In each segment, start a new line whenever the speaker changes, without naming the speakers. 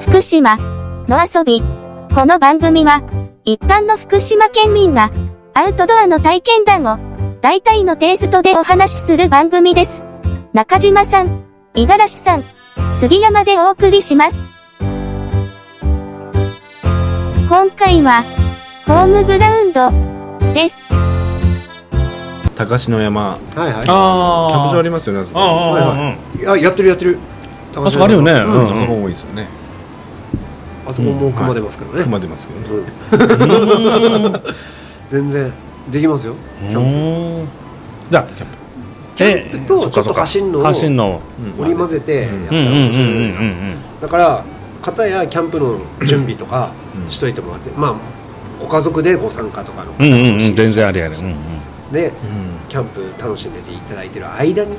福島の遊び。この番組は、一般の福島県民が、アウトドアの体験談を、大体のテイストでお話しする番組です。中島さん、五十嵐さん、杉山でお送りします。今回は、ホームグラウンド、です。
高志の山キ
はいはい。
ああ。
ャンプ場あ
り
りますよねあそこ
はいはいあ、やってるやってる。
あそこあるよね。う
うんあそ
ん
こ多いですよね
あそこも熊出ますからね。
熊出ますよね
うん全然できますよ。
うん。うんじゃあ、
キャンプとちょっと走るのを
走ん
織
の。
り交ぜてやった
うんう
ら
んうん
面
う
白い
んう
な。
ん
だから方やキャンプの準備とかしといてもらって、まあご家族でご参加とかの方も
うん。うんうん
し
うん全然ありあり。うんうん
で
うん
キャンプ楽しんでていただいてる間に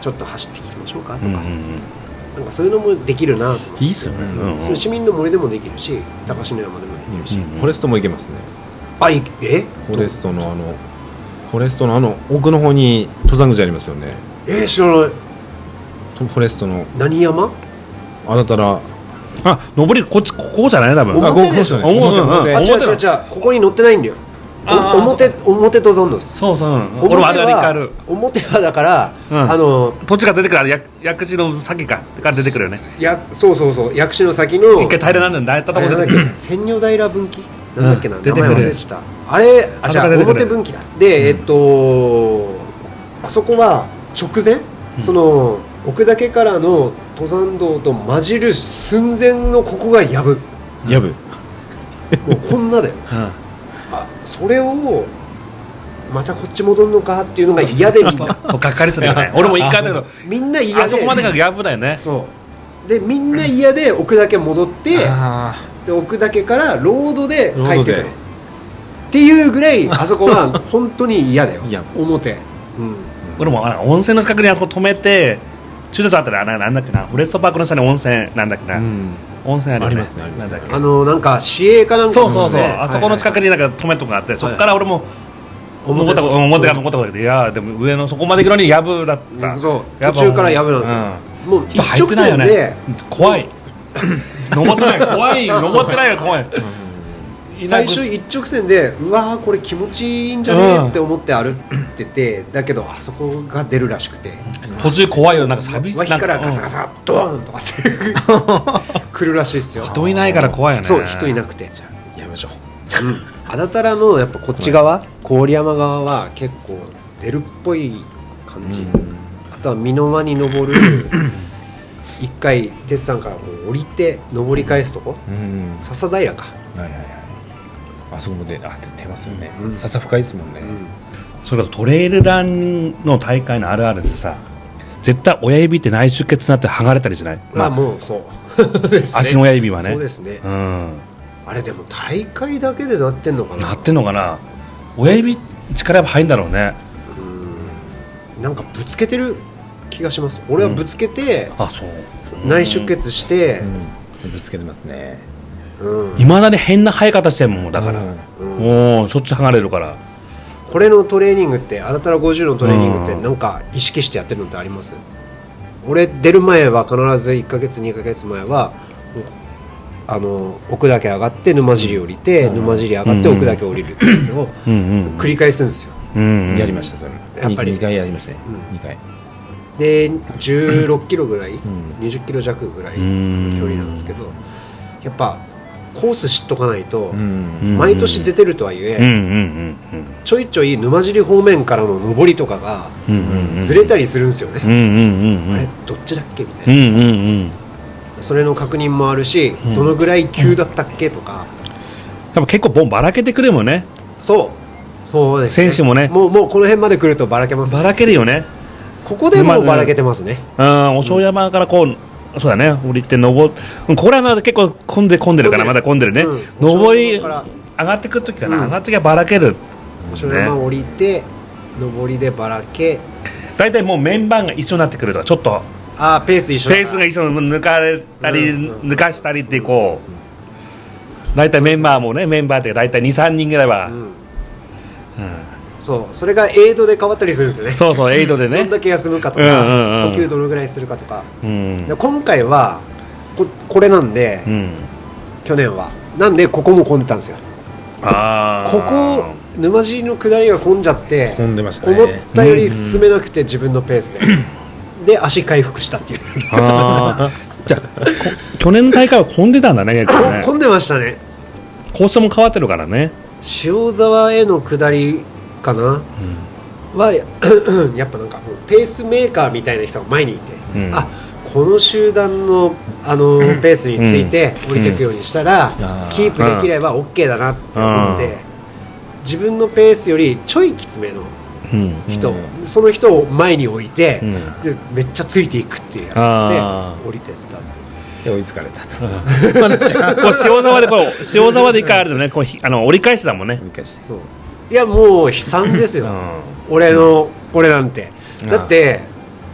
ちょっと走ってきましょうかと
う
か、
んう
なん
ん。
かそういうのもできるなと思って
いいっすよね。うんうん
そういう市民の森でもできるし高島の山でもできるし、
うん
フォレストも行けますね
あいえ
フォレストのあのフォレストのあの奥の方に登山口ありますよね
えー、知らない
フォレストの
何山
あだたら
あ、登り、こっち、ここじゃない多分。
あ
あ
こ
表
こ
で
ですす
よ
よね表
うんうん
表
あ違う
表
違う
だ
違うここに載ってないんだよ
あー
お表表登山道です
そうそう。うん
表
俺はあれで一回あ
は
る。
表はだから、
うん
あの
こっちが出てくるあれ薬薬師の先かから出てくるよね
やそうそうそう薬師の先の
一回平らなんだやったと
あ
こ
れ
出
なんだ
て
っ
くる
け千両平分岐なんだっけな、
うん
名前
出てく
忘
る
れてたあれあ
あ
じ
そ
ゃ
こ
あ
が出てくる
表分岐だでえっとあそこは直前、その奥岳からの登山道と混じる寸前のここがやぶ
やぶ
もうこんなだよあそれをまたこっち戻んのかっていうのが嫌でみんな
うんがっかりするよね 俺も一回だけど
みんな嫌で
あそこまでがギャップだよね
そうでみんな嫌で奥だけ戻って
あ
で奥だけからロードで
ロー
帰っ
ド
て
で
くるっていうぐらいあそこは 本当に嫌だよ
嫌
表、うん、
俺もあの温泉の近くにあそこ止めて駐車場あったらあななんだっけなフォレストパークの下に温泉なんだっけな、
うん
温泉あるよ
あ
ね
りますねありますね
なんだっけ
あのなんか市営かなんか
そう
の
そうそう、
ね
あそこの近くになんか止めるとこがあって、そこから俺も思
表
ったこと思ったことだけどいやーでも上のそこまで行くのにやぶだった、
うんそう途
やっぱ
中からやぶなんですよ、もう
ちょっ
一
と入
直
ってないよ
線で
ね怖い登ってない怖い登ってないよ怖い
最初一直線でうわーこれ気持ちいいんじゃね
うん
えって思って歩っててだけどあそこが出るらしくて
途中怖いよなんか寂しい
脇からガサガサドーンとかって 来るらしいっすよ
人いないから怖いよね
そう人いなくて
やめましょう
うん、あだたらのやっぱこっち側、郡山側は結構出るっぽい感じ、あとは美濃輪に登る一回鉄さんからこう降りて登り返すとこ
うん
笹平か、
はいはいはいあそこもであ出てますよね
うん
笹深いですもんね
それこそトレイルランの大会のあるあるでさ絶対親指って内出血になって剥がれたりしない、
まあもうそう ですね
足の親指はね
そうですね、
うん
あれでも大会だけでなってんのかな
なってんのかな親指力やっぱ入るんだろうね
なんかぶつけてる気がします俺はぶつけて、
あそう
内出血して
うんぶつけてますね
うん、
いまだに変な生え方してんもんだから、もうしょっちゅう剥がれるから
これのトレーニングってあなたの50のトレーニングって
うん
なんか意識してやってるのってあります俺出る前は必ず1ヶ月2ヶ月前はもうあの奥だけ上がって沼尻降りて、沼尻上がって奥だけ降りるってやつを
うんうん
繰り返すんですよ
うんうん
やりましたそれ
やっぱり
に二回やりましたね
うん
二回
で16キロぐらい、20キロ弱ぐらい
ん
の距離なんですけどやっぱコース知っとかないと、
うん
毎年出てるとはいえ、
うんうんうん
ちょいちょい沼尻方面からの上りとかが
うんうんうん
ずれたりするんですよね、
うんうんうんうん
あれどっちだっけみたいな
う、んうんうん
それの確認もあるし、どのぐらい急だったっけとか、
やっぱ結構ボンばらけてくるもんね
そうそうです、
選手もね
もうもうこの辺まで来るとばらけます
ばらけるよね
ここでもうばらけてますね、
うんお正山からこう、そうだね降りて登うんこれはまだ結構混んで混んでるからまだ混んでるね、
うん
上り
お正山から
上がってくるときかな、
うん
上がってきはばらける
城山降りて上りでばらけ
大体もうメンバーが一緒になってくるとかちょっと
ああペース一緒だ
ペースが一緒に抜かれたり、
うん
抜かしたりってこう大体メンバーもねメンバーって大体23人ぐらいは、
うんそうそれがエイドで変わったりするんですよね
そうそうエイドで
どん
ね
だけ休むかと
うんうん
か、
うん
呼吸どのぐらいするかとか、
うん
で今回はここれなんで、
うん、
去年はなんでここも混んでたんですよ
ああ
ここ沼尻の下りが混んじゃって
混んでました
思っ
ね
たより進めなくて自分のペー スで、で足回復したっていう
あーじゃあこ去年の大会は混んでたんだね結構 ね
混んでましたね
コースも変わってるからね
塩沢への下りかな、は やっぱなんかもうペースメーカーみたいな人が前にいて、
うん
あこの集団のあのペースについて降りていくようにしたら、
ー
キープできれば OK だなって思って、
うん
自分のペースよりちょいきつめの
うん
人、
う
その人を前に置いて、
うん
でめっちゃついていくっていうや
あ
つで降りてったっていう
で追いつかれたと
こう塩沢でこう塩沢で一回あるのねこうひあの折り返しだもんね
見返して
そういやもう悲惨ですよ、
うん
俺のこれなんて、
うん
だって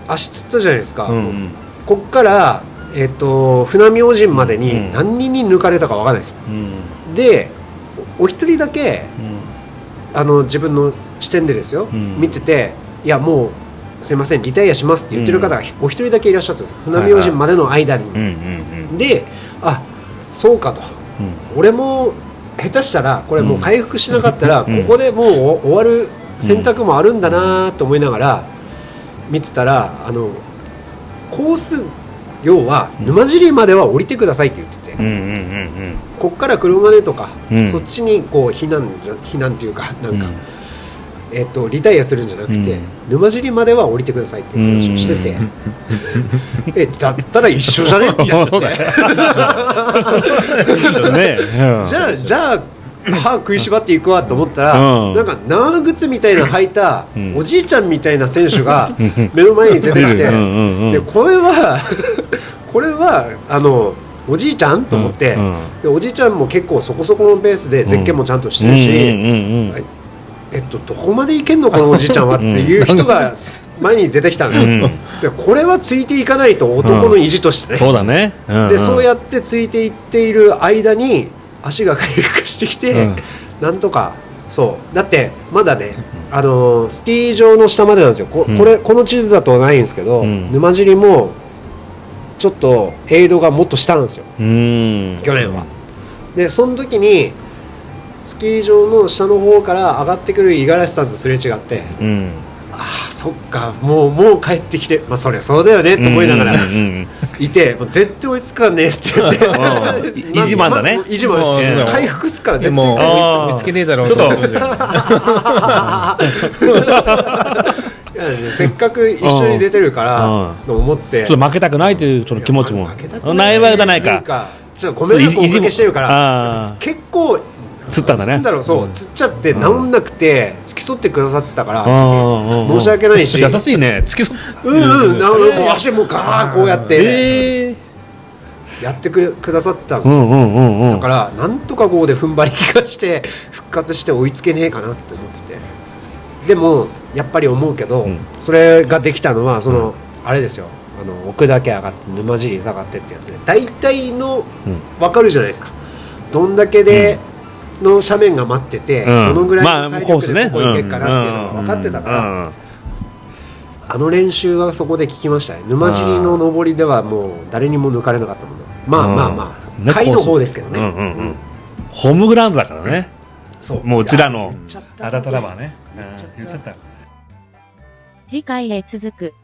足つったじゃないですか、
うん
こっから、えっと船見王人まで
うん
に何人に抜かれたか分かんないですよ
うん
でおお一人だけ
うん
あの自分の視点でですよ、
うん
見てていやもうすいませんリタイアしますって言ってる方がお一人だけいらっしゃったんです船見王人までの間に、
うんうん
であそうかと
うん
俺も下手したらこれもう回復しなかったら、
うん
ここでもうお終わる選択もあるんだなと思いながら見てたらあのコース要は沼尻までは降りてくださいって言ってて、
うんうんうんうん
こっから車でとか、
うん
そっちにこう避難じゃ避難というかな
うんん
か、えっとリタイアするんじゃなくて、
うん
沼尻までは降りてくださいっていう話をしてて、 えだったら一緒じゃねってやっちゃ
そ
っ
う
て
だ。よねうん
じゃあ、じゃあ、歯食いしばっていくわと思ったら、
うん
なんか長靴みたいな履いた、
うん
おじいちゃんみたいな選手が
ん
目の前に出てきて、
うんうんうん
でこれは これはあのおじいちゃんと思って、
うんうん
でおじいちゃんも結構そこそこのペースでゼッケンもちゃんとしてるし、
うんうんうん
えっと、どこまでいけんのこのおじいちゃんはっていう人が前に出てきたんですよ、でこれはついていかないと男の意地としてね、
そうだね
でそうやってついていっている間に足が回復してきて、
うん
なんとかそうだってまだね、あのースキー場の下までなんですよこ,、
うん
これこの地図だとないんですけど、
うん
沼尻もちょっとエイドがもっと下なんですよ
うん
去年は。でその時にスキー場の下の方から上がってくる五十嵐さんとすれ違って、
うん
ああそっかもうもう帰ってきてまあそりゃそうだよねと思いながら、
うんうんうん
いてもう絶対追いつかねえって言 って
うんい意地マンだね
ま意地マン
もう
そうだよ
回復すっから
で
絶対
も
回復
あー
う見つけねえだろう
ちょっと
思うじゃん
いやいやせっかく一緒に出てるからと思って
ちょっと負けたくないというその気持ちも
負けたく
ないわけじゃない
ってう
か
ちょっとごめんな
ちょ
さ
っと
い
意地
おかけしてるか
あー
ら結構
釣ったんだね
なんだろうそうつっちゃって治んなくて付き添ってくださってたから
申
申し訳ないし
優しいね付き添っ
うんうんなもう足もうガーこうやって
ええ
やってくれくださってたんです
う
よ
んうんうんうん
だからなんとかここで踏ん張り気がして復活して追いつけねえかなって思っててでもやっぱり思うけど、
ん
それができたのはその、あれですよあの奥だけ上がって沼尻下がってってやつで大体の分かるじゃないですかどんだけで、の斜面が待ってて、
うん
どのぐらい
まあ
の体
コース
力
ね
でここ行けっかなっていうのが分かってたから、
うんうん
あの練習はそこで聞きましたね沼尻の上りではもう誰にも抜かれなかったものまあまあまあ、
うんね
下位の方ですけどね、
うんうんうんホームグラウンドだからね
そう
もううちらの
言っちゃった
あだたらばねう
言っ
ん
ちゃった
言っちゃった
次回へ続く。